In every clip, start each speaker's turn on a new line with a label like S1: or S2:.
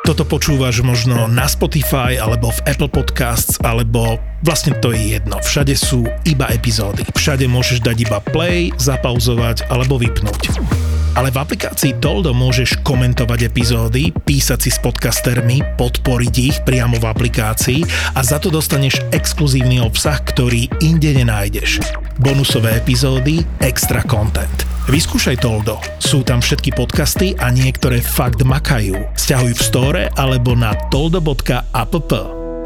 S1: toto počúvaš možno na Spotify alebo v Apple Podcasts alebo vlastne to je jedno. Všade sú iba epizódy. Všade môžeš dať iba play, zapauzovať alebo vypnúť. Ale v aplikácii Toldo môžeš komentovať epizódy, písať si s podcastermi, podporiť ich priamo v aplikácii a za to dostaneš exkluzívny obsah, ktorý inde nenájdeš. Bonusové epizódy, extra content. Vyskúšaj Toldo. Sú tam všetky podcasty a niektoré fakt makajú. Sťahuj v store alebo na toldo.app.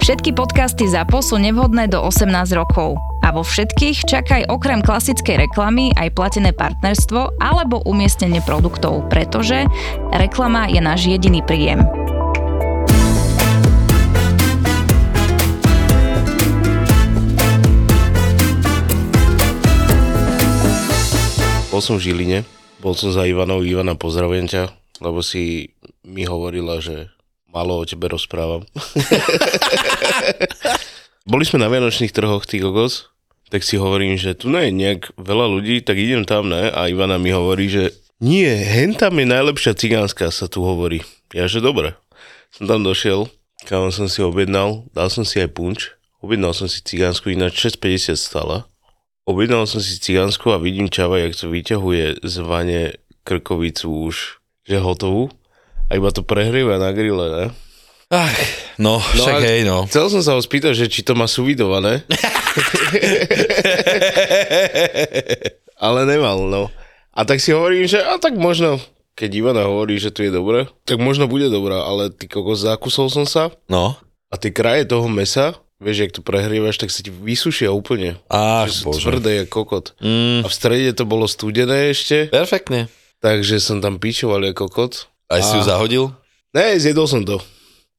S2: Všetky podcasty ZAPO sú nevhodné do 18 rokov. A vo všetkých čakaj okrem klasickej reklamy aj platené partnerstvo alebo umiestnenie produktov, pretože reklama je náš jediný príjem.
S3: Bol som v Žiline, bol som za Ivanou. Ivana, pozdravujem ťa, lebo si mi hovorila, že malo o tebe rozprávam. Boli sme na Vianočných trhoch, ty kokos, tak si hovorím, že tu nie je nejak veľa ľudí, tak idem tam, ne? A Ivana mi hovorí, že nie, hen tam je najlepšia cigánska, sa tu hovorí. Ja, že dobre. Som tam došiel, kam som si objednal, dal som si aj punč, objednal som si cigánsku, ináč 6,50 stala. Objednal som si cigánsku a vidím Čava, jak to vyťahuje z vane krkovicu už, že hotovú. A iba to prehrieva na grille, ne?
S4: Ach, no,
S3: a
S4: však hej, no.
S3: Chcel som sa ho spýtať, že či to má suvidované. Ale nemal, no. A tak si hovorím, že a tak možno, keď Ivana hovorí, že tu je dobré, tak možno bude dobrá, ale ty kokos, zakusol som sa
S4: No.
S3: a tie kraje toho mesa, vieš, jak to prehrievaš, tak sa ti vysušia úplne.
S4: Ach,
S3: Že sú
S4: bože.
S3: tvrdé, jak kokot.
S4: Mm,
S3: A v strede to bolo studené ešte,
S4: perfektne.
S3: takže som tam pičoval ako kokot.
S4: Aj si ju
S3: A-
S4: zahodil?
S3: Ne, zjedol som to.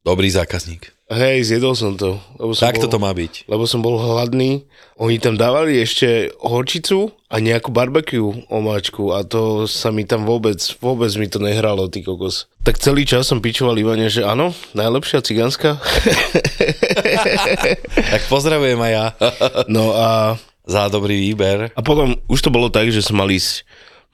S4: Dobrý zákazník.
S3: Hej, zjedol som to. Lebo som
S4: Takto to má byť.
S3: Lebo som bol hladný. Oni tam dávali ešte horčicu a nejakú barbecue omáčku a to sa mi tam vôbec, vôbec mi to nehralo, ty kokos. Tak celý čas som pičoval Ivane, že áno, najlepšia cigánska.
S4: Tak pozdravujem aj ja
S3: No a,
S4: za dobrý výber.
S3: a potom už to bolo tak, že som mal ísť,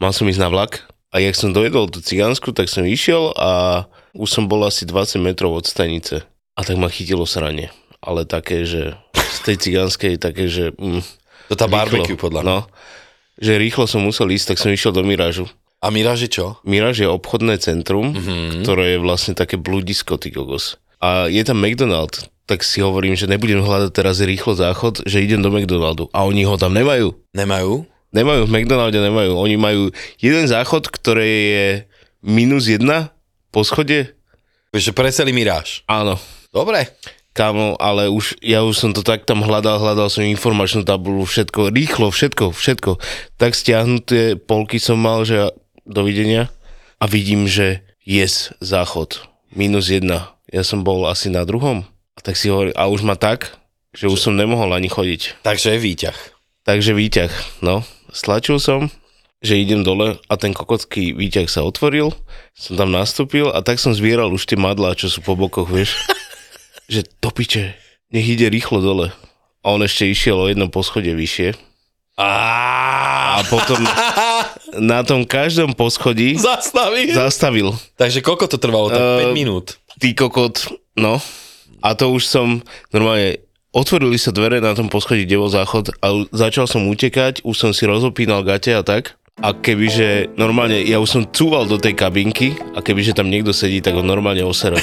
S3: mal som ísť na vlak a jak som dojedol tú cigánsku, tak som išiel a už som bol asi 20 metrov od stanice. A tak ma chytilo sranie. Ale také, že z tej cigánskej také, že... Mm,
S4: To tá barbecue podľa mňa.
S3: No, že rýchlo som musel ísť, tak som išiel do Mirážu.
S4: A Miraži čo?
S3: Miráž je obchodné centrum,
S4: Mhm.
S3: ktoré je vlastne také bludisko, ty kokos. A je tam McDonald, tak si hovorím, že nebudem hľadať teraz rýchlo záchod, že idem do McDonaldu. A oni ho tam nemajú.
S4: Nemajú?
S3: Nemajú, v McDonalde nemajú. Oni majú jeden záchod, ktoré je minus jedna po schode.
S4: Vieš, že preseli Miráž.
S3: Áno.
S4: Dobre.
S3: Kámo, ale už, ja už som to tak tam hľadal, hľadal som informačnú tabulu, všetko, rýchlo, všetko, všetko. Tak stiahnuté polky som mal, že dovidenia a vidím, že yes, záchod, minus jedna. Ja som bol asi na druhom, a tak si hovorím, a už ma tak, že už som nemohol ani chodiť.
S4: Takže je výťah.
S3: Takže výťah, no, stlačil som, že idem dole a ten kokotský výťah sa otvoril, som tam nastúpil a tak som zbieral už tie madlá, čo sú po bokoch, vieš. že to piče, nech ide rýchlo dole. A on ešte išiel o jedno poschodie vyššie. A potom na tom každom poschodí
S4: Zastaví. Ehm.
S3: zastavil.
S4: Takže koľko to trvalo? Tak
S3: Eh,
S4: 5 minút.
S3: Ty kokot, no. A to už som normálne otvorili sa dvere na tom poschodí, kde bol záchod a l- začal som utekať, už som si rozopínal gate a tak. A kebyže normálne, ja už som cúval do tej kabinky a kebyže tam niekto sedí, tak ho normálne oseram.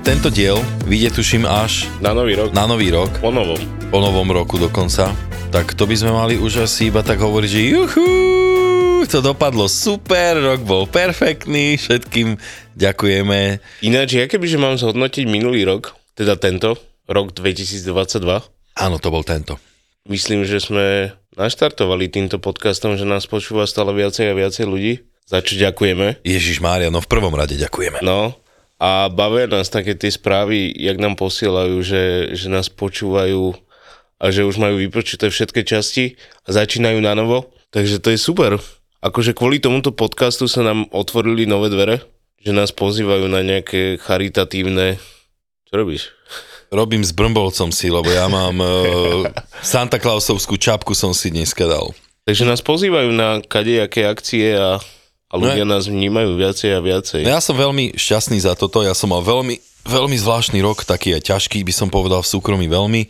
S4: Tento diel vyjde tuším až
S3: na nový rok.
S4: na nový rok,
S3: Po novom.
S4: po novom roku dokonca. Tak to by sme mali už asi iba tak hovoriť, že juhu, to dopadlo super, rok bol perfektný, všetkým ďakujeme.
S3: Ináč, ja kebyže mám zhodnotiť minulý rok, teda tento, rok 2022,
S4: Áno, to bol tento.
S3: myslím, že sme naštartovali týmto podcastom, že nás počúva stále viacej a viacej ľudí, za čo ďakujeme.
S4: Ježiš Mária, no v prvom rade ďakujeme.
S3: No a bavia nás také tie správy, jak nám posielajú, že, že nás počúvajú a že už majú vypočítané všetky časti a začínajú na novo. Takže to je super. Akože kvôli tomuto podcastu sa nám otvorili nové dvere, že nás pozývajú na nejaké charitatívne... Čo robíš?
S4: Robím s brmbovcom si, lebo ja mám uh, Santa Clausovskú čapku som si dneska dal.
S3: Takže nás pozývajú na kadejaké akcie a, a ľudia
S4: No
S3: nás vnímajú viacej a viacej.
S4: No ja som veľmi šťastný za toto, ja som mal veľmi, veľmi zvláštny rok, taký aj ťažký, by som povedal v súkromí veľmi.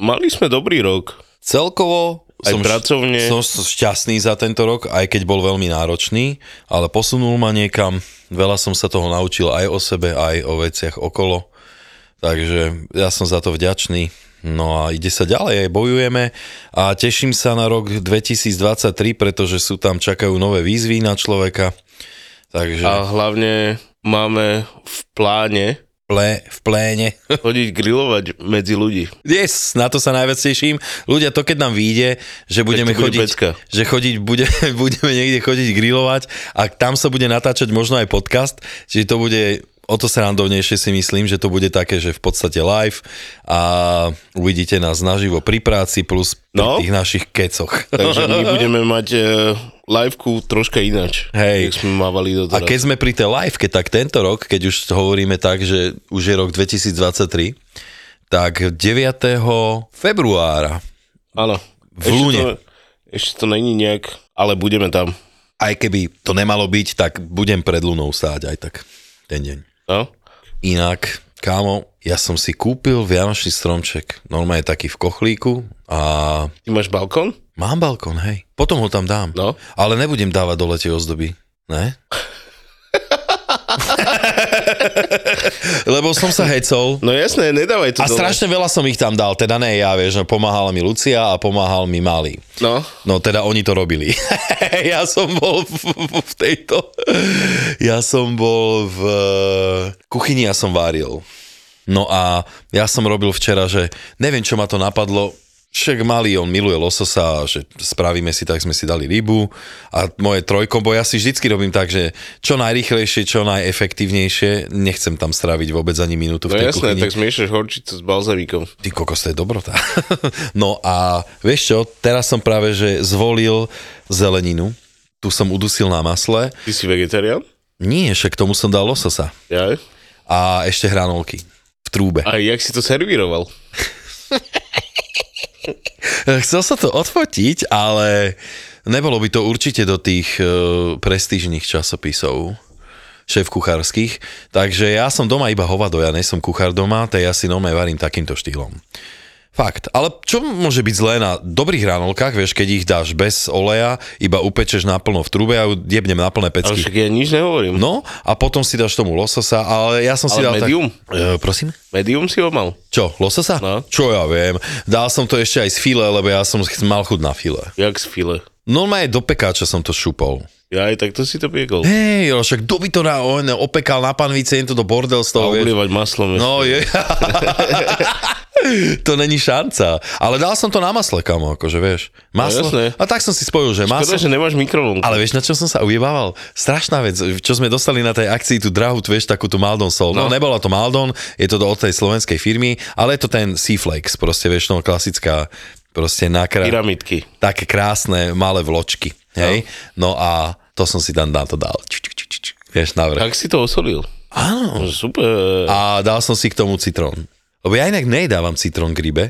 S3: Mali sme dobrý rok.
S4: Celkovo
S3: Aj
S4: som,
S3: pracovne.
S4: som šťastný za tento rok, aj keď bol veľmi náročný, ale posunul ma niekam, veľa som sa toho naučil aj o sebe, aj o veciach okolo, takže ja som za to vďačný. No a ide sa ďalej, aj bojujeme a teším sa na rok 2023, pretože sú tam, čakajú nové výzvy na človeka, takže
S3: A hlavne máme v pláne
S4: ple, v pléne.
S3: chodiť grillovať medzi ľudí.
S4: Yes, na to sa najviac teším. Ľudia, to keď nám vyjde, že
S3: to
S4: budeme
S3: bude
S4: chodiť,
S3: pecka.
S4: že chodiť bude, budeme niekde chodiť grilovať a tam sa bude natáčať možno aj podcast, čiže to bude o to srandovnejšie si myslím, že to bude také, že v podstate live a uvidíte nás naživo pri práci plus pri
S3: No.
S4: tých našich kecoch.
S3: Takže my budeme mať e, liveku troška ináč.
S4: Hej.
S3: Jak sme mávali do
S4: A keď sme pri tej live, tak tento rok, keď už hovoríme tak, že už je rok 2023, tak 9. februára
S3: Áno.
S4: v
S3: Ešte
S4: Lune.
S3: To, ešte to není nejak, ale budeme tam.
S4: aj keby to nemalo byť, tak budem pred Lunou stáť aj tak ten deň.
S3: No?
S4: Inak, kámo, ja som si kúpil vianočný stromček, normálne taký v kochlíku a
S3: Ty máš balkón?
S4: mám balkón, hej. Potom ho tam dám.
S3: No.
S4: Ale nebudem dávať dole tie ozdoby, ne? Lebo som sa hecol.
S3: No jasné, nedávaj to
S4: A
S3: dole.
S4: strašne veľa som ich tam dal, teda ne ja, vieš, no, pomáhala mi Lucia a pomáhal mi Mali.
S3: No,
S4: No teda oni to robili. ja som bol v, v, v tejto... Ja som bol v kuchyni, ja som varil. No a ja som robil včera, že neviem, čo ma to napadlo, však malý, on miluje lososa, že spravíme si tak, sme si dali rybu a moje trojkombo, ja si vždycky robím tak, že čo najrychlejšie, čo najefektívnejšie, nechcem tam straviť vôbec ani minútu
S3: no
S4: v tej
S3: jasné,
S4: kuchyni.
S3: tak zmiešaš horčicu s balzamikom.
S4: Ty kokos, to je dobrota. no a vieš čo, teraz som práve, že zvolil zeleninu. Tu som udusil na masle.
S3: Ty si vegetarián?
S4: Nie, však tomu som dal lososa.
S3: Ja?
S4: A ešte hranolky v trúbe.
S3: A jak si to servíroval?
S4: Eh, Chcel sa to odfotiť, ale nebolo by to určite do tých e, prestížnych časopisov šéf kuchárskych, takže ja som doma iba hovado, ja nie som kuchár doma, tak ja si nome varím takýmto štýlom. Fakt, ale čo môže byť zlé na dobrých hranolkách, vieš, keď ich dáš bez oleja, iba upečeš naplno v trube a ju jebnem na plné
S3: Ale
S4: pecky.
S3: však ja nič nehovorím.
S4: No a potom si dáš tomu lososa, ale ja som si dal
S3: Ale medium?
S4: tak... E, prosím?
S3: Medium si ho mal.
S4: Čo, lososa?
S3: No.
S4: Čo ja viem. Dal som to ešte aj z file, lebo ja som ch- mal chuť na file.
S3: Jak z file.
S4: Normálne do pekáča som to šupol.
S3: Ja aj takto si to piekol.
S4: Hej, ale však kto by to na on opekal na panvice, je to do bordel z
S3: A
S4: toho, no, vieš.
S3: ulievať maslom. ešte.
S4: No je. to není šanca. Ale dal som to na masle, kamo, akože vieš. Maslo.
S3: No, jasné.
S4: a tak som si spojil, že
S3: Škoda,
S4: maslo.
S3: že nemáš mikrovlnku.
S4: Ale vieš, na čo som sa ujebával? Strašná vec, čo sme dostali na tej akcii, tú drahú, vieš, takú tú Maldon Sol.
S3: No.
S4: No, nebola to Maldon, je to do- od tej slovenskej firmy, ale je to ten Seaflex, proste, vieš, no, klasická, proste nakra...
S3: Pyramidky.
S4: Také krásne malé vločky, hej? No, a to som si tam na to dal. Čiu, čiu, čiu, čiu, čiu. Vieš, na vrch.
S3: Tak si to osolil. No,
S4: Áno.
S3: Super.
S4: A dal som si k tomu citrón. Lebo ja inak nedávam citrón k rybe,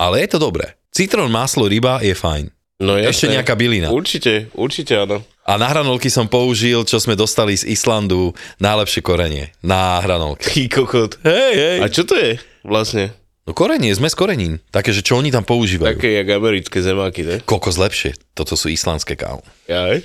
S4: ale je to dobré. Citrón, maslo, ryba je fajn.
S3: No jasné.
S4: Ešte nejaká bylina.
S3: Určite, určite áno.
S4: A na hranolky som použil, čo sme dostali z Islandu, najlepšie korenie na hranolky.
S3: Ty kokot.
S4: Hej, hej.
S3: A čo to je vlastne?
S4: No korenie, sme z korenín. Také, že čo oni tam používajú. Také...
S3: Také jak americké zemáky, ne?
S4: Kokos lepšie. Toto sú islandské kávo.
S3: Ja, aj?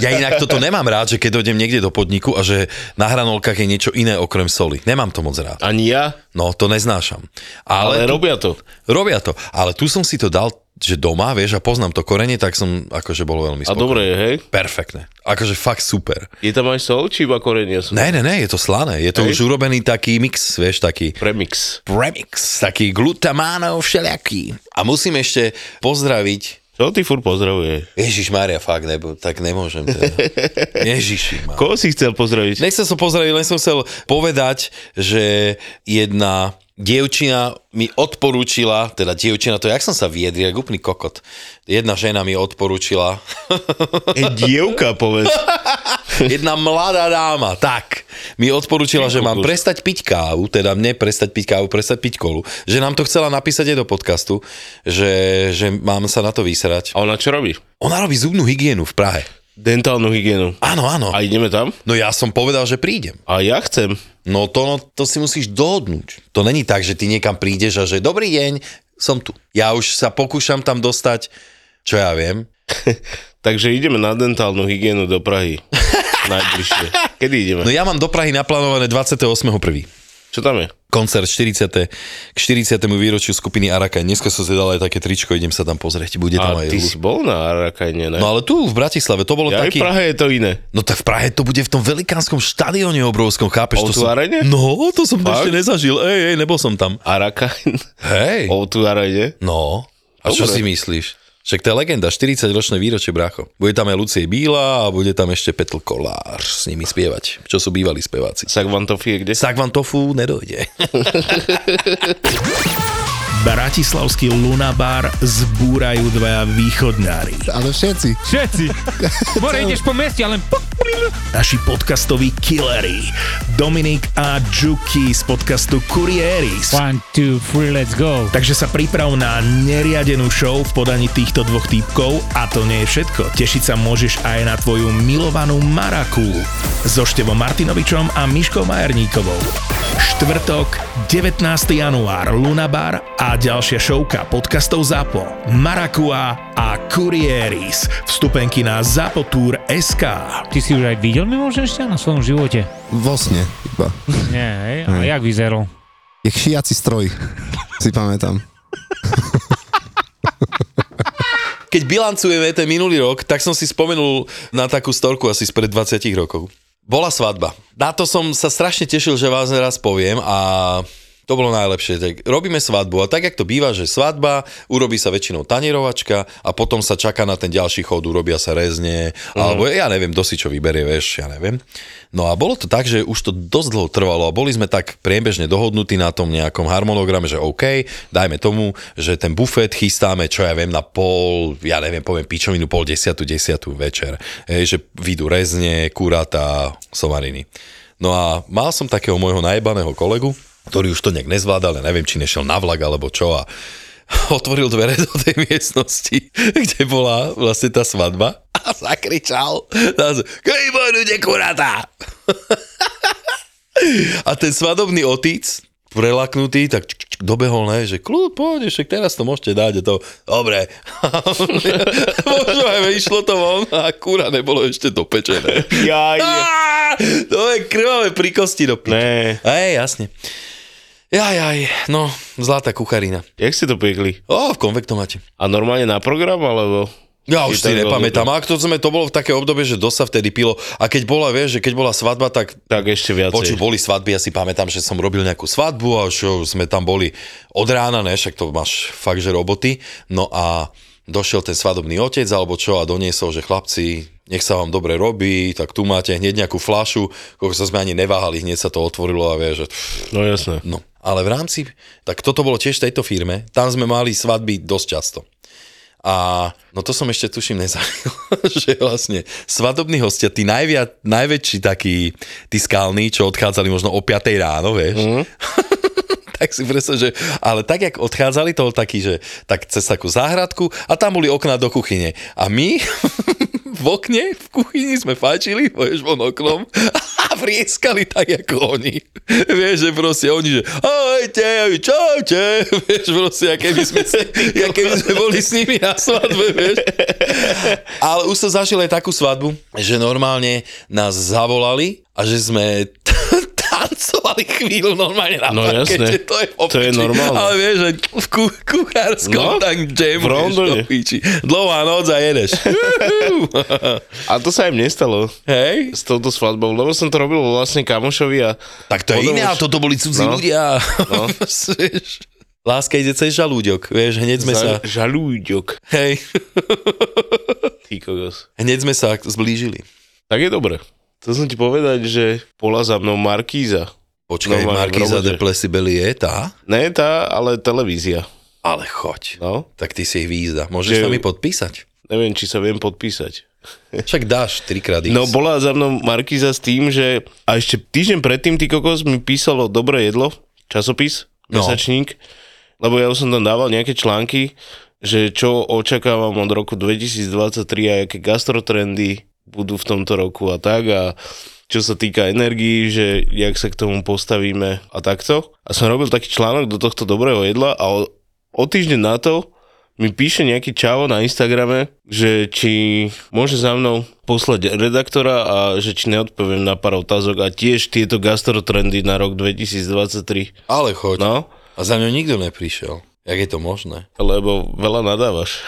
S4: Ja inak toto nemám rád, že keď dojdem niekde do podniku a že na hranolkách je niečo iné okrem soli. Nemám to moc rád.
S3: Ani ja,
S4: No, to neznášam.
S3: ale,
S4: Ale, tu,
S3: robia to.
S4: robia to. Ale tu som si to dal, že doma, vieš, a poznám to korenie, tak som akože bol veľmi
S3: A
S4: spokojný.
S3: dobre je, hej?
S4: Perfektné. Akože fakt super.
S3: Je tam aj sol, či iba korenia sú?
S4: Ne, ne, ne, je to slané. Je to
S3: Hej.
S4: už urobený taký mix, vieš, taký
S3: Premix.
S4: remix, taký glutamánov všelijaký. A musím ešte pozdraviť
S3: Čo ty furt pozdravuje?
S4: Ježiš Mária, fakt, nebo, tak nemôžem. Teda. Ježiši Mária.
S3: Koho si chcel pozdraviť?
S4: Nechcel som pozdraviť, len som chcel povedať, že jedna dievčina mi odporúčila, teda dievčina, to jak som sa viedril, jak úplný kokot. Jedna žena mi odporúčila,
S3: E, dievka, povedz.
S4: jedna mladá dáma, tak, mi odporúčila, že mám prestať piť kávu, teda mne prestať piť kávu, prestať piť kolu, že nám to chcela napísať aj do podcastu, že, že mám sa na to vysrať.
S3: A ona čo robí?
S4: Ona robí zubnú hygienu v Prahe.
S3: Dentálnu hygienu.
S4: Áno, áno.
S3: A ideme tam?
S4: No ja som povedal, že prídem.
S3: A ja chcem.
S4: No to, no to si musíš dohodnúť. To není tak, že ty niekam prídeš a že dobrý deň, som tu. Ja už sa pokúšam tam dostať, čo ja viem.
S3: Takže ideme na dentálnu hygienu do Prahy. Najbližšie. Kedy ideme?
S4: No ja mám do Prahy naplánované 28.1.
S3: Čo tam je?
S4: koncert 40. k 40. výročiu skupiny Arakaj. Dneska som si dal aj také tričko, idem sa tam pozrieť. Bude tam
S3: A
S4: aj...
S3: ty
S4: Lu-
S3: si bol na Arakajne, ne?
S4: No ale tu v Bratislave, to bolo
S3: ja taký...
S4: taký...
S3: v Prahe je to iné.
S4: No tak v Prahe to bude v tom velikánskom štadióne obrovskom, chápeš?
S3: O
S4: To
S3: tu
S4: som...
S3: arene?
S4: No, to som
S3: Fakt?
S4: ešte nezažil. Ej, ej, nebol som tam.
S3: Arakajn.
S4: Hej.
S3: O tu Arajne.
S4: No, a čo
S3: Dobre.
S4: si myslíš? Však to je legenda, 40-ročné výročie, brácho. Bude tam aj Lucie Bíla a bude tam ešte Petl Kolár s nimi spievať, čo sú bývalí speváci.
S3: Sagvantov je kde?
S4: Sak vám tofu nedojde.
S1: Bratislavský Lunabar zbúrajú dvaja východňári.
S5: Ale všetci.
S6: Všetci. More ideš po meste, ale puk, plil.
S1: Naši podcastoví killery Dominik a Juki z podcastu Kurieris.
S6: One, two, three, let's go.
S1: Takže sa priprav na neriadenú show v podaní týchto dvoch týpkov a to nie je všetko. Tešiť sa môžeš aj na tvoju milovanú Maraku so Števom Martinovičom a Miškou Majerníkovou. Štvrtok, 19. január, Lunabar a ďalšia showka podcastov ZAPO, Marakua a Kurieris. Vstupenky na zapotur.sk
S6: Ty si už aj videl Mimošenšťa na svojom živote?
S5: Vo sne iba.
S6: Nie, hej? A jak vyzeral?
S5: Je šiaci stroj, si pamätám.
S4: Keď bilancujeme ten minulý rok, tak som si spomenul na takú storku asi spred 20 rokov. Bola svadba. Na to som sa strašne tešil, že vás raz poviem a to bolo najlepšie. Tak robíme svadbu a tak, jak to býva, že svadba, urobí sa väčšinou tanierovačka a potom sa čaká na ten ďalší chod, urobia sa rezne, alebo ja neviem, kto si čo vyberie, vieš, ja neviem. No a bolo to tak, že už to dosť dlho trvalo a boli sme tak priebežne dohodnutí na tom nejakom harmonograme, že OK, dajme tomu, že ten bufet chystáme, čo ja viem, na pol, ja neviem, poviem pičovinu, pol desiatu, desiatu večer. Hej, že vyjdú rezne, kurata, somariny. No a mal som takého môjho najebaného kolegu, ktorý už to nejak nezvládal, ja neviem, či nešiel na vlak alebo čo a otvoril dvere do tej miestnosti, kde bola vlastne tá svadba a zakričal na Kej ľudia kurata! A ten svadobný otic, prelaknutý, tak čk, čk, dobehol, ne, že kľud, poď, však teraz to môžete dať, je to, dobre. Možno aj išlo to von a kúra nebolo ešte dopečené.
S3: Ja,
S4: Ah!
S3: je.
S4: Á, To je krvavé pri kosti do piče.
S3: Ne.
S4: Ej, jasne. Jaj, jaj, no, zlatá kucharina.
S3: Jak ste to piekli?
S4: Ó, v konvektomate.
S3: A normálne na program, alebo?
S4: Ja
S3: Je
S4: už si
S3: tak
S4: nepamätám. A to, sme, to bolo v také obdobie, že dosť sa vtedy pilo. A keď bola, vieš, že keď bola svadba, tak
S3: Tak ešte viacej.
S4: Počuť, boli svadby, ja si pamätám, že som robil nejakú svadbu a už sme tam boli od rána, ne, však to máš fakt, že roboty. No a došiel ten svadobný otec alebo čo a doniesol, že chlapci, nech sa vám dobre robí, tak tu máte hneď nejakú flašu, koľko sa sme ani neváhali, hneď sa to otvorilo a vieš, že...
S3: No jasné.
S4: No, ale v rámci, tak toto bolo tiež v tejto firme, tam sme mali svadby dosť často. A no to som ešte tuším nezažil, že vlastne svadobní hostia, tí najviac, najväčší takí, tí skalní, čo odchádzali možno o 5 ráno, vieš, mm. tak si predstav, že, ale tak, jak odchádzali, to bol taký, že tak cez takú záhradku a tam boli okná do kuchyne. A my v okne, v kuchyni sme fajčili, vieš, von oknom a vrieskali tak, ako oni. Vieš, že proste oni, že ahojte, ahoj, čaute, vieš, proste, aké by sme, si- ja keby sme boli s nimi na svadbe, vieš. Ale už som zažil aj takú svadbu, že normálne nás zavolali a že sme t- tancovali chvíľu normálne na
S3: No
S4: parkete.
S3: jasné.
S4: To je,
S3: To je
S4: opiči.
S3: normálne.
S4: Ale vieš, že v ku- kuchárskom
S3: No,
S4: no? tak
S3: v Rondone.
S4: jamuješ do piči. Dlhá noc a jedeš. Juhu.
S3: A to sa im nestalo
S4: Hej?
S3: s touto svadbou, lebo som to robil vlastne kamošovi a...
S4: Tak to je
S3: Potom
S4: iné,
S3: už-
S4: ale toto boli cudzí
S3: No.
S4: ľudia.
S3: No.
S4: Vieš, Láska ide cez žalúďok, vieš, hneď sme sa,
S3: Za, žalúďok.
S4: hej,
S3: Ty kokos.
S4: hneď sme sa zblížili.
S3: Tak je dobre. To som ti povedať, že bola za mnou Markíza.
S4: Počkaj,
S3: Normálne v
S4: Markíza
S3: robote.
S4: de Plessibeli je tá?
S3: Ne tá, ale televízia.
S4: Ale choď.
S3: No,
S4: Tak ty si ich výzda.
S3: Že-
S4: Môžeš sa mi podpísať?
S3: neviem, či sa viem podpísať.
S4: Však dáš trikrát X.
S3: No bola za mnou Markiza s tým, že a ešte týždeň predtým ty kokos mi písalo Dobré jedlo, časopis,
S4: No.
S3: mesačník, lebo ja už som tam dával nejaké články, že čo očakávam od roku 2023 a aké gastrotrendy budú v tomto roku a tak a čo sa týka energii, že jak sa k tomu postavíme a takto. A som robil taký článok do tohto dobrého jedla a o, o týždeň na to mi píše nejaký čavo na Instagrame, že či môže za mnou poslať redaktora a že či neodpoviem na pár otázok a tiež tieto gastrotrendy na rok 2023.
S4: Ale choď.
S3: No,
S4: A za mňou nikto neprišiel. Jak je to možné?
S3: lebo veľa nadávaš.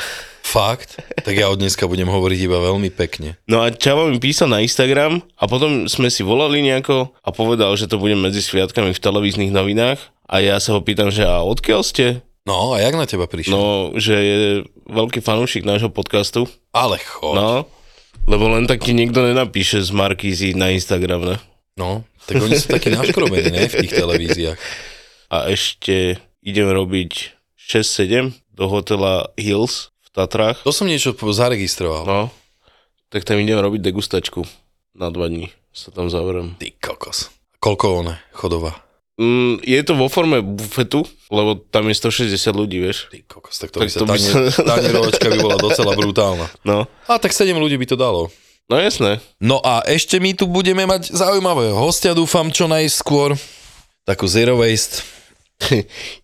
S4: Fakt? Tak ja od dneska budem hovoriť iba veľmi pekne.
S3: No a Čavo mi písal na Instagram a potom sme si volali nejako a povedal, že to bude medzi sviatkami v televíznych novinách a ja sa ho pýtam, že a odkiaľ ste?
S4: No a jak na teba prišiel?
S3: No, že je veľký fanúšik nášho podcastu.
S4: Ale choď. No.
S3: No, lebo len tak ti nikto nenapíše z Markízy na Instagram, ne?
S4: no. Tak oni sú takí naškrobení, ne? V tých televíziách.
S3: A ešte idem robiť 6-7 do hotela Hills v Tatrách.
S4: To som niečo po- zaregistroval. No.
S3: No, tak tam idem robiť degustačku na dva dní. Sa tam zavriem.
S4: Ty kokos. Koľko one? Chodová.
S3: Mm, je to vo forme bufetu, lebo tam je 160 ľudí, vieš.
S4: Ty kokos, tak to
S3: Tak
S4: by sa...
S3: to by
S4: tani-
S3: sa-
S4: Tanierovačka by bola docela brutálna.
S3: No,
S4: A tak 7 ľudí by to dalo.
S3: no jasné.
S4: No a ešte my tu budeme mať zaujímavého hostia, dúfam, čo najskôr. Takú zero waste.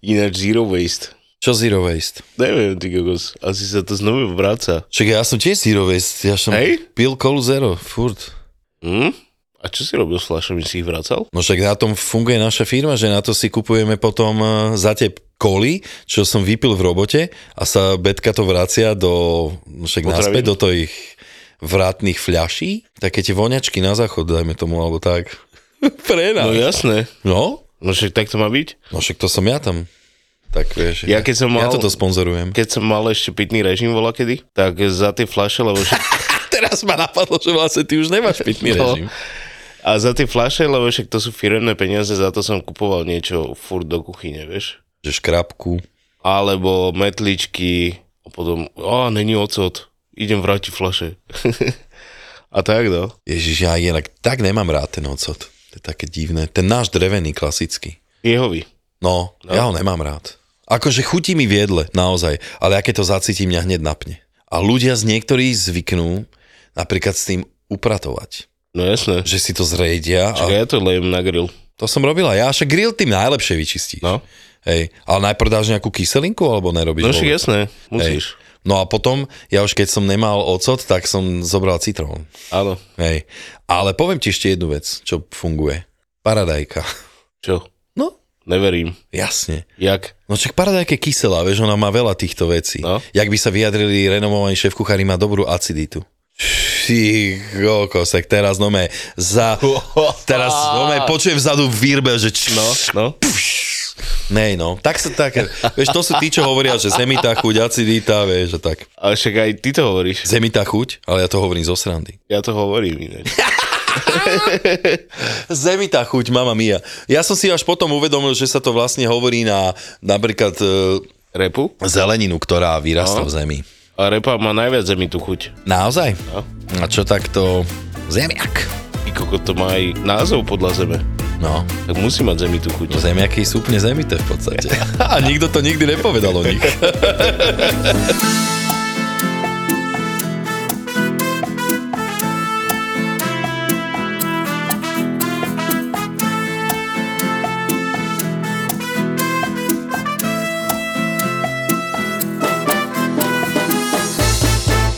S3: Ináč zero waste.
S4: Čo zero waste?
S3: Neviem, ty kokos, asi sa to znovu vráca.
S4: Čak ja som tiež zero waste, ja som
S3: Hej?
S4: pil kolu zero, furt.
S3: Hm? A čo si robil s fľašami, si ich vracal?
S4: No však na tom funguje naša firma, že na to si kupujeme potom eh, za tie koly, čo som vypil v robote a sa Betka to vracia do, no však
S3: Potravín.
S4: naspäť do tých vrátnych fľaší. Také tie voňačky na záchod, dajme tomu, alebo tak. Pre
S3: No
S4: nás.
S3: jasné,
S4: No,
S3: no však tak to má byť.
S4: no však to som ja tam. Tak vieš,
S3: Ja keď som mal,
S4: ja toto sponzorujem.
S3: keď som mal ešte pitný režim volá kedy, tak za tie fľaše, lebo však
S4: Teraz ma napadlo, že vlastne ty už nemáš pitný
S3: No.
S4: režim.
S3: A za tie fľaše, lebo však to sú firemné peniaze, za to som kupoval niečo furt do kuchyne, vieš.
S4: Že škrabku.
S3: Alebo metličky, a potom, a není ocot, idem vrátiť fľaše. a tak, no.
S4: Ježiš, ja inak tak nemám rád ten ocot. To je také divné. Ten náš drevený, klasický.
S3: Jehovi.
S4: No, no, ja ho nemám rád. Akože chutí mi v jedle, naozaj, ale ja keď to zacítim, mňa hneď napne. A ľudia z niektorí zvyknú napríklad s tým upratovať.
S3: No jasné.
S4: Že si to zredia
S3: Čakaj,
S4: a
S3: ja to lejem na grill.
S4: to som robila. Ja však grill tým najlepšie vyčistíš.
S3: No.
S4: Hej, ale najprv dáš nejakú kyselinku alebo nerobíš?
S3: No však
S4: vôbec?
S3: jasné,
S4: Hej.
S3: musíš.
S4: No a potom, ja už keď som nemal ocot, tak som zobral citrón.
S3: Áno.
S4: Hej. Ale poviem ti ešte jednu vec, čo funguje. Paradajka.
S3: Čo?
S4: No.
S3: Neverím.
S4: Jasne.
S3: Jak?
S4: No však paradajka je kyselá, vieš, ona má veľa týchto vecí.
S3: No.
S4: Jak by sa vyjadrili renomovaní šéf kuchári, má dobrú aciditu. Ty kokos, tak teraz nome za... Teraz nome počujem vzadu výrbe, že... Č...
S3: No, no.
S4: Nej, no. Tak sa tak... Vieš, to sú tí, čo hovoria, že zemitá chuť, acidita, vieš, že tak.
S3: A však aj ty to hovoríš.
S4: Zemitá chuť, ale ja to hovorím zo srandy.
S3: Ja to hovorím ináč.
S4: Zemitá chuť, mama mia. Ja som si až potom uvedomil, že sa to vlastne hovorí na napríklad e,
S3: Repu?
S4: zeleninu, ktorá vyrastla
S3: No.
S4: v zemi.
S3: A repa má najviac zemi tú chuť.
S4: Naozaj?
S3: No.
S4: A čo takto? Zemiak.
S3: I koko to má aj názov podľa zeme.
S4: No,
S3: Tak musí mať zemi tú chuť.
S4: zemiaky sú úplne zemité v podstate. A nikto to nikdy nepovedal o nich.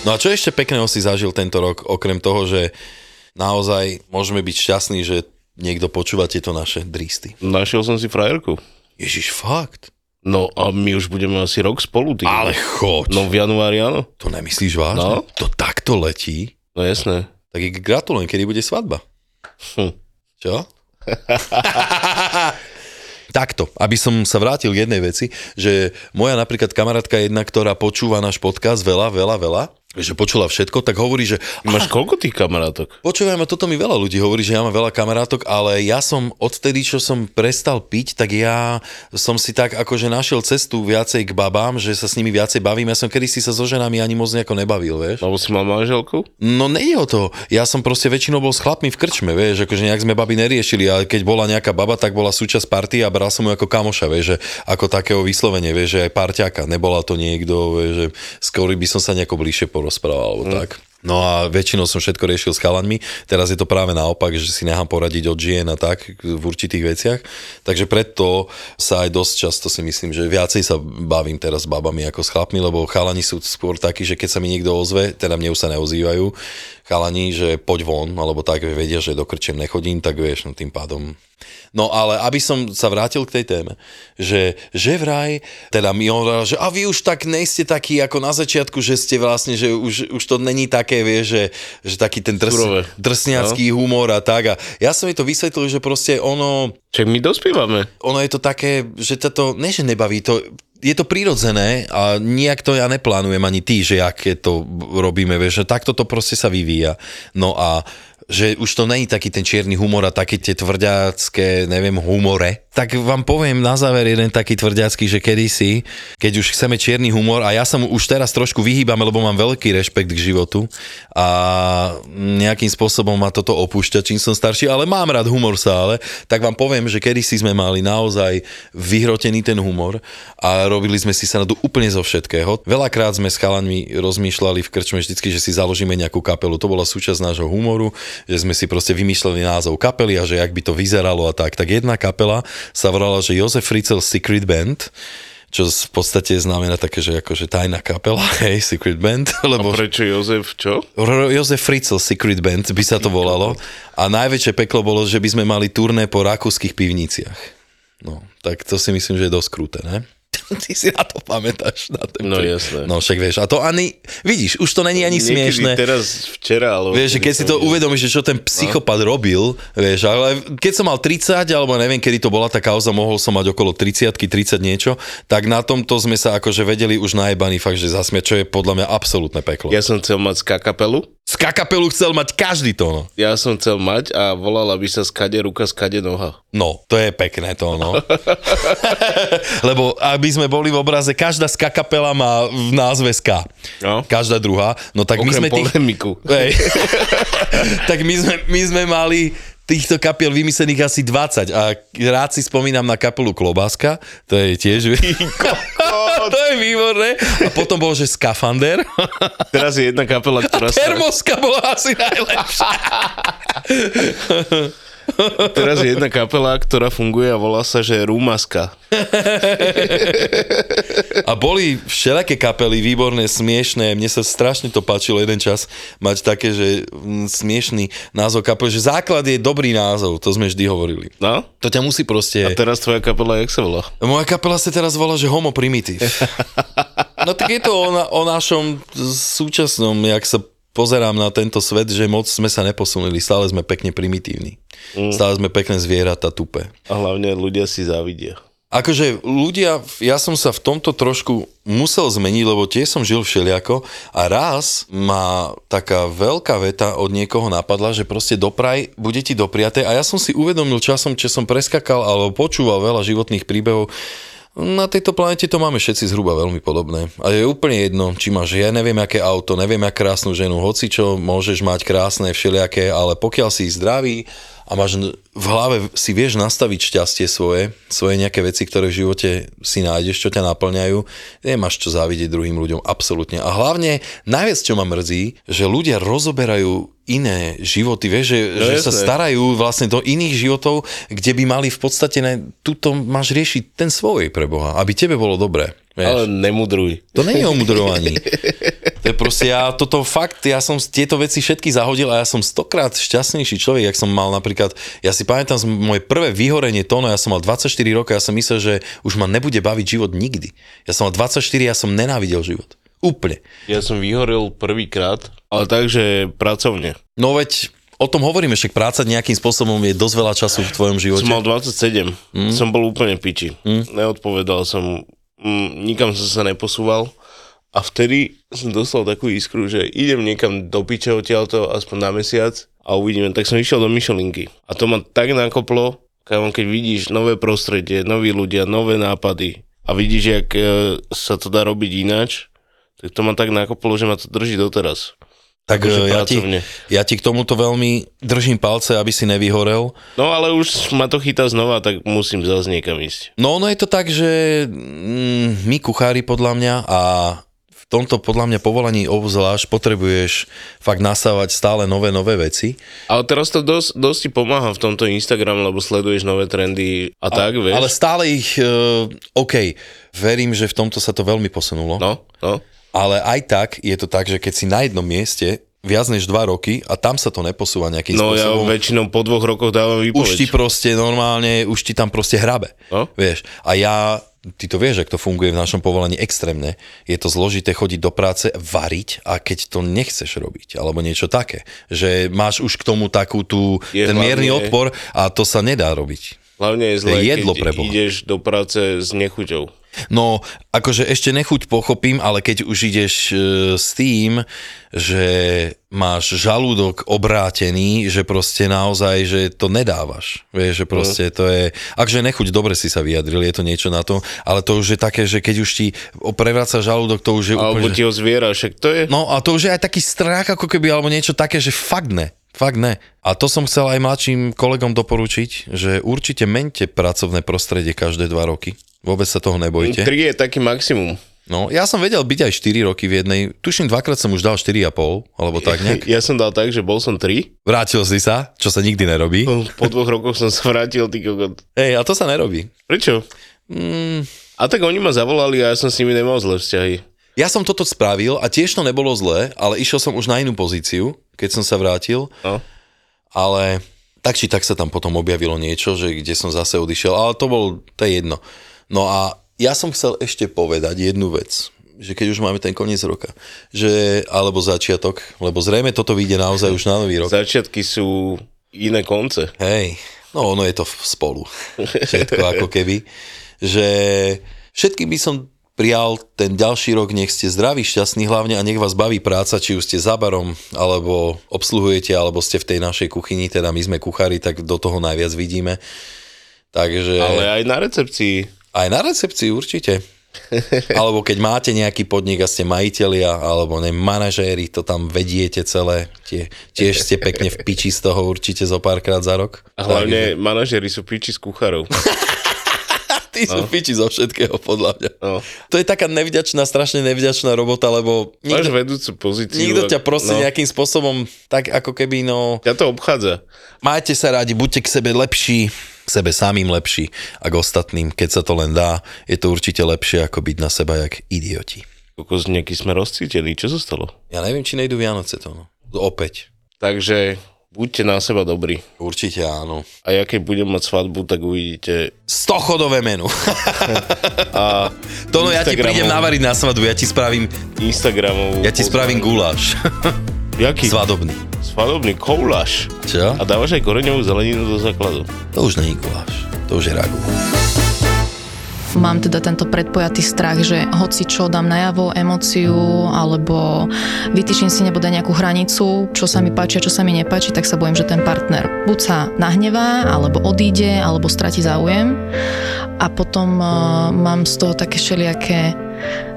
S4: No a čo ešte pekného si zažil tento rok, okrem toho, že naozaj môžeme byť šťastní, že niekto počúva tieto naše dristy.
S3: Našiel som si frajerku.
S4: Ježiš, fakt?
S3: No a my už budeme asi rok spolu, ty.
S4: Ale choď.
S3: No v januári áno.
S4: To nemyslíš
S3: No.
S4: vážne? To takto letí?
S3: No jasné.
S4: Tak ich gratulujem, kedy bude svadba.
S3: Hm.
S4: Čo? Takto, aby som sa vrátil k jednej veci, že moja napríklad kamarátka jedna, ktorá počúva náš podcast veľa, veľa, veľa že počula všetko, tak hovorí, že
S3: Máš koľko tých kamarátok?
S4: Počúvaj ma, toto mi veľa ľudí hovorí, že ja mám veľa kamarátok, ale ja som odtedy, čo som prestal piť, tak ja som si tak akože našiel cestu viacej k babám, že sa s nimi viacej bavím. Ja som kedysi sa so ženami ani moc nejako nebavil, vieš.
S3: Lebo si mal manželku?
S4: No nejde o to. Ja som proste väčšinou bol s chlapmi v krčme, vieš, akože nejak sme baby neriešili a keď bola nejaká baba, tak bola súčasť party a bral som ju ako kamoša, vieš, že ako takého vyslovene, vieš, že aj parťáka. Nebola to niekto, vieš, že skôr by som sa nejako bližšie porozprával, alebo mm. tak. No a väčšinou som všetko riešil s chalanmi, teraz je to práve naopak, že si nechám poradiť od žien a tak v určitých veciach, takže preto sa aj dosť často si myslím, že viacej sa bavím teraz s babami ako s chlapmi, lebo chalani sú skôr takí, že keď sa mi niekto ozve, teda mne už sa neozývajú, chalani, že poď von, alebo tak že vedia, že do krčem nechodím, tak vieš, no tým pádom. No ale aby som sa vrátil k tej téme, že, že vraj, teda mi hovoril, že a vy už tak nejste takí ako na začiatku, že ste vlastne, že už, už to není také, vieš, že, že taký ten
S3: Surové.
S4: drs, drsňacký no. humor a tak. A ja som mi to vysvetlil, že proste ono,
S3: Čak my dospievame.
S4: ono je to také, že ťa to, ne že nebaví, to, je to prirodzené a nejak to ja neplánujem ani ty, že aké to robíme, vieš, že takto to proste sa vyvíja. No a že už to není taký ten čierny humor a také tie tvrďácké, neviem, humore. Tak vám poviem na záver jeden taký tvrďácky, že kedysi, keď už chceme čierny humor a ja sa mu už teraz trošku vyhýbam, lebo mám veľký rešpekt k životu a nejakým spôsobom ma toto opúšťa, čím som starší, ale mám rád humor stále, tak vám poviem, že kedysi sme mali naozaj vyhrotený ten humor a robili sme si srandu úplne zo všetkého. Veľakrát sme s chalanmi rozmýšľali v krčme vždycky, že si založíme nejakú kapelu. To bola súčasť nášho humoru, že sme si proste vymýšľali názov kapely a že jak by to vyzeralo a tak. Tak jedna kapela sa volala, že Josef Fritzl Secret Band, čo z- v podstate znamená také, že akože tajná kapela, hej, Secret Band,
S3: A
S4: lebo
S3: prečo Jozef čo?
S4: R- Jozef Fritzl Secret Band by sa to volalo a najväčšie peklo bolo, že by sme mali turné po rakúskych pivniciach. No, tak to si myslím, že je dosť krúte, ne? Ty si na to pamätáš. Na ten
S3: No
S4: klip.
S3: jasné.
S4: No však vieš, a to ani, vidíš, už to není ani
S3: Niekedy No.
S4: smiešné.
S3: teraz včera, alebo...
S4: Vieš, že keď si to uvedomíš, že čo ten psychopat robil, vieš, ale keď som mal 30, alebo neviem, kedy to bola tá kauza, mohol som mať okolo 30 30 niečo, tak na tomto sme sa akože vedeli už najebaný fakt, že zasmiať, čo je podľa mňa absolútne peklo.
S3: Ja
S4: Ja...
S3: som chcel mať skakapelu.
S4: Z kakapelu chcel mať každý to, no.
S3: Ja som chcel mať a volala by sa skade ruka, skade noha.
S4: No, to je pekné to, no. Lebo aby sme boli v obraze, každá skakapela má v názve ska.
S3: No.
S4: Každá druhá. No tak my sme
S3: Okrem
S4: tých...
S3: polemiku.
S4: Hej. tak my sme, my sme mali týchto kapiel vymyslených asi 20 a rád si spomínam na kapelu Klobáska, to je tiež... to je výborné. A potom bol, že Skafander.
S3: Teraz je jedna kapela, ktorá sa,
S4: Termoska bola asi najlepšia.
S3: teraz je jedna kapela, ktorá funguje a volá sa, že Rumaska.
S4: A boli všelijaké kapely, výborné, smiešné. Mne sa strašne to páčilo jeden čas mať také, že mm, smiešný názov kapely, že základ je dobrý názov, to sme vždy hovorili.
S3: No?
S4: To ťa musí proste...
S3: A teraz tvoja kapela, jak sa volá?
S4: Moja kapela sa teraz volá, že Homo Primitive. No tak je to o, na, o našom súčasnom, jak sa pozerám na tento svet, že moc sme sa neposunuli, stále sme pekne primitívni. Stále sme pekné zvieratá tupe.
S3: A hlavne ľudia si závidia.
S4: Akože ľudia, ja som sa v tomto trošku musel zmeniť, lebo tiež som žil všeliako a raz ma taká veľká veta od niekoho napadla, že proste dopraj, bude ti dopriaté a ja som si uvedomil časom, čo som preskakal alebo počúval veľa životných príbehov, na tejto planete to máme všetci zhruba veľmi podobné. A je úplne jedno, či máš, ja neviem, aké auto, neviem, jak krásnu ženu, hoci čo, môžeš mať krásne všelijaké, ale pokiaľ si zdravý a máš n- v hlave, si vieš nastaviť šťastie svoje, svoje nejaké veci, ktoré v živote si nájdeš, čo ťa naplňajú, nemáš čo závidieť druhým ľuďom, absolútne. A hlavne, najviac, čo ma mrzí, že ľudia rozoberajú iné životy, vieš, že,
S3: No
S4: že sa
S3: jasné.
S4: starajú vlastne do iných životov, kde by mali v podstate, ne, tuto máš riešiť ten svoj pre Boha, aby tebe bolo dobre.
S3: Ale
S4: Vieš. Ale...
S3: nemudruj.
S4: To nie je o mudrovaní. To je proste, ja toto fakt, ja som tieto veci všetky zahodil a ja som stokrát šťastnejší človek, jak som mal napríklad, ja si pamätám z moje prvé vyhorenie tóno, ja som mal 24 rokov, ja som myslel, že už ma nebude baviť život nikdy. Ja som mal 24, ja som nenávidel život. Úplne.
S3: Ja som vyhorel prvýkrát, ale takže pracovne.
S4: No veď o tom hovoríme, však práca nejakým spôsobom je dosť veľa času v tvojom živote.
S3: Som mal 27, mm. som bol úplne piči. Mm. Neodpovedal som, mm, nikam som sa neposúval A vtedy som dostal takú iskru, že idem niekam do piče odtiaľto, aspoň na mesiac a uvidíme. Tak som išiel do Myšelinky. A to ma tak nakoplo, kámo, keď vidíš nové prostredie, noví ľudia, nové nápady a vidíš, jak e, sa to dá robiť ináč, tak to ma tak nakoplo, že ma to drží doteraz.
S4: Tak
S3: Akože
S4: e, ja ti,
S3: pracovne.
S4: ja ti k tomuto veľmi držím palce, aby si nevyhorel.
S3: No ale už ma to chytá znova, tak musím zás niekam ísť.
S4: No ono je to tak, že mm, my kuchári podľa mňa a v tomto podľa mňa povolaní obzvlášť potrebuješ fakt nasávať stále nové, nové veci.
S3: Ale teraz to dosť, dosť ti pomáha v tomto Instagram, lebo sleduješ nové trendy a, tak, vieš.
S4: Ale stále ich, e, OK, verím, že v tomto sa to veľmi posunulo.
S3: No, no.
S4: Ale aj tak je to tak, že keď si na jednom mieste viac než dva roky a tam sa to neposúva nejakým
S3: No ja
S4: spôsobom,
S3: väčšinou po dvoch rokoch dávam výpoveď.
S4: už ti proste normálne, už ti tam proste hrabe.
S3: No.
S4: Vieš, a ja, ty to vieš, ak to funguje v našom povolení extrémne. Je to zložité chodiť do práce, variť a keď to nechceš robiť, alebo niečo také, že máš už k tomu takú tú,
S3: Je
S4: ten mierny
S3: hlavne-
S4: odpor a to sa nedá robiť.
S3: Hlavne je zle,
S4: To je jedlo
S3: keď
S4: pre Boha.
S3: ideš do práce s nechuťou.
S4: No, akože ešte nechuť pochopím, ale keď už ideš e, s tým, že máš žalúdok obrátený, že proste naozaj, že to nedávaš. Vieš, že proste
S3: Mhm.
S4: to je... Akže nechuť, dobre si sa vyjadril, je to niečo na tom, ale to už je také, že keď už ti prevraca žalúdok, to už je
S3: Alebo
S4: úplne...
S3: ti ho zviera, však to je...
S4: No a to už je aj taký strach, ako keby, alebo niečo také, že fakt ne. Fakt ne. A to som chcel aj mladším kolegom doporučiť, že určite mente pracovné prostredie každé dva roky. Vôbec sa toho nebojte.
S3: 3 je taký maximum.
S4: No, ja som vedel byť aj 4 roky v jednej, tuším dvakrát som už dal 4,5, alebo tak nejak.
S3: Ja som dal tak, že bol som 3.
S4: Vrátil si sa, čo sa nikdy nerobí.
S3: Po dvoch rokoch som sa vrátil, ty kokot.
S4: Hej, a to sa nerobí.
S3: Prečo?
S4: Mm.
S3: A tak oni ma zavolali a ja som s nimi nemal zlé vzťahy.
S4: Ja som toto spravil a tiež to nebolo zlé, ale išiel som už na inú pozíciu, keď som sa vrátil,
S3: No.
S4: ale tak či tak sa tam potom objavilo niečo, že kde som zase odišiel, ale to bol, to je jedno. No a ja som chcel ešte povedať jednu vec, že keď už máme ten koniec roka, že, alebo začiatok, lebo zrejme toto vyjde naozaj už na nový rok.
S3: Začiatky sú iné konce.
S4: Hej, no ono je to v- spolu. Všetko ako keby. Že všetkým by som prijal ten ďalší rok, nech ste zdraví, šťastní hlavne a nech vás baví práca, či už ste za barom, alebo obsluhujete, alebo ste v tej našej kuchyni, teda my sme kuchári, tak do toho najviac vidíme. Takže
S3: Ale aj na recepcii.
S4: aj na recepcii určite. Alebo keď máte nejaký podnik a ste majitelia, alebo ne, manažéri, to tam vediete celé, tie, tiež ste pekne v piči z toho určite zo párkrát za rok.
S3: A hlavne manažeri sú piči s kuchárov.
S4: Ty sú piči zo všetkého, podľa mňa.
S3: No.
S4: To je taká nevďačná, strašne nevďačná robota, lebo
S3: Máš
S4: nikto,
S3: vedúcu pozíciu.
S4: nikto ťa
S3: a-
S4: proste nejakým spôsobom tak ako keby, no,
S3: Ťa to obchádza.
S4: majte sa rádi, buďte k sebe lepší, k sebe samým lepší a k ostatným, keď sa to len dá, je to určite lepšie ako byť na seba jak idioti.
S3: Kokos, nejaký sme rozcítení. Čo sa stalo?
S4: Ja neviem, či nejdu Vianoce to, no. Opäť.
S3: Takže buďte na seba dobrí.
S4: Určite áno.
S3: A ja keď budem mať svadbu, tak uvidíte.
S4: Stochodové menu.
S3: A
S4: Tono, ja ti
S3: Instagramov-
S4: prídem navariť na svadbu, ja ti spravím,
S3: Instagramovú...
S4: ja ti spravím guláš.
S3: Jaký?
S4: Svadobný.
S3: Svadobný kouláš.
S4: Čo?
S3: A dávaš aj koreňovú zeleninu do základu.
S4: To už není guláš, to už je ragu.
S7: Mám teda tento predpojatý strach, že hoci čo dám najavo, emóciu, alebo vytýčim si nebude nejakú hranicu, čo sa mi páči a čo sa mi nepáči, tak sa bojím, že ten partner buď sa nahnevá, alebo odíde, alebo stratí záujem. A potom eh, mám z toho také všelijaké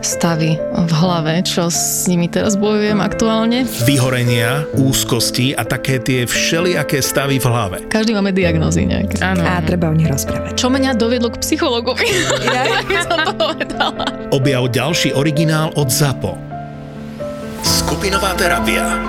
S7: stavy v hlave, čo s nimi teraz bojujem aktuálne.
S1: Vyhorenia, úzkosti a také tie všelijaké stavy v hlave.
S7: Každý máme diagnózy nejaké. Áno.
S8: A treba o nich rozprávať.
S7: Čo mňa doviedlo k psychologovi, tak by som to povedala.
S1: Objav ďalší originál od ZAPO. Skupinová terapia.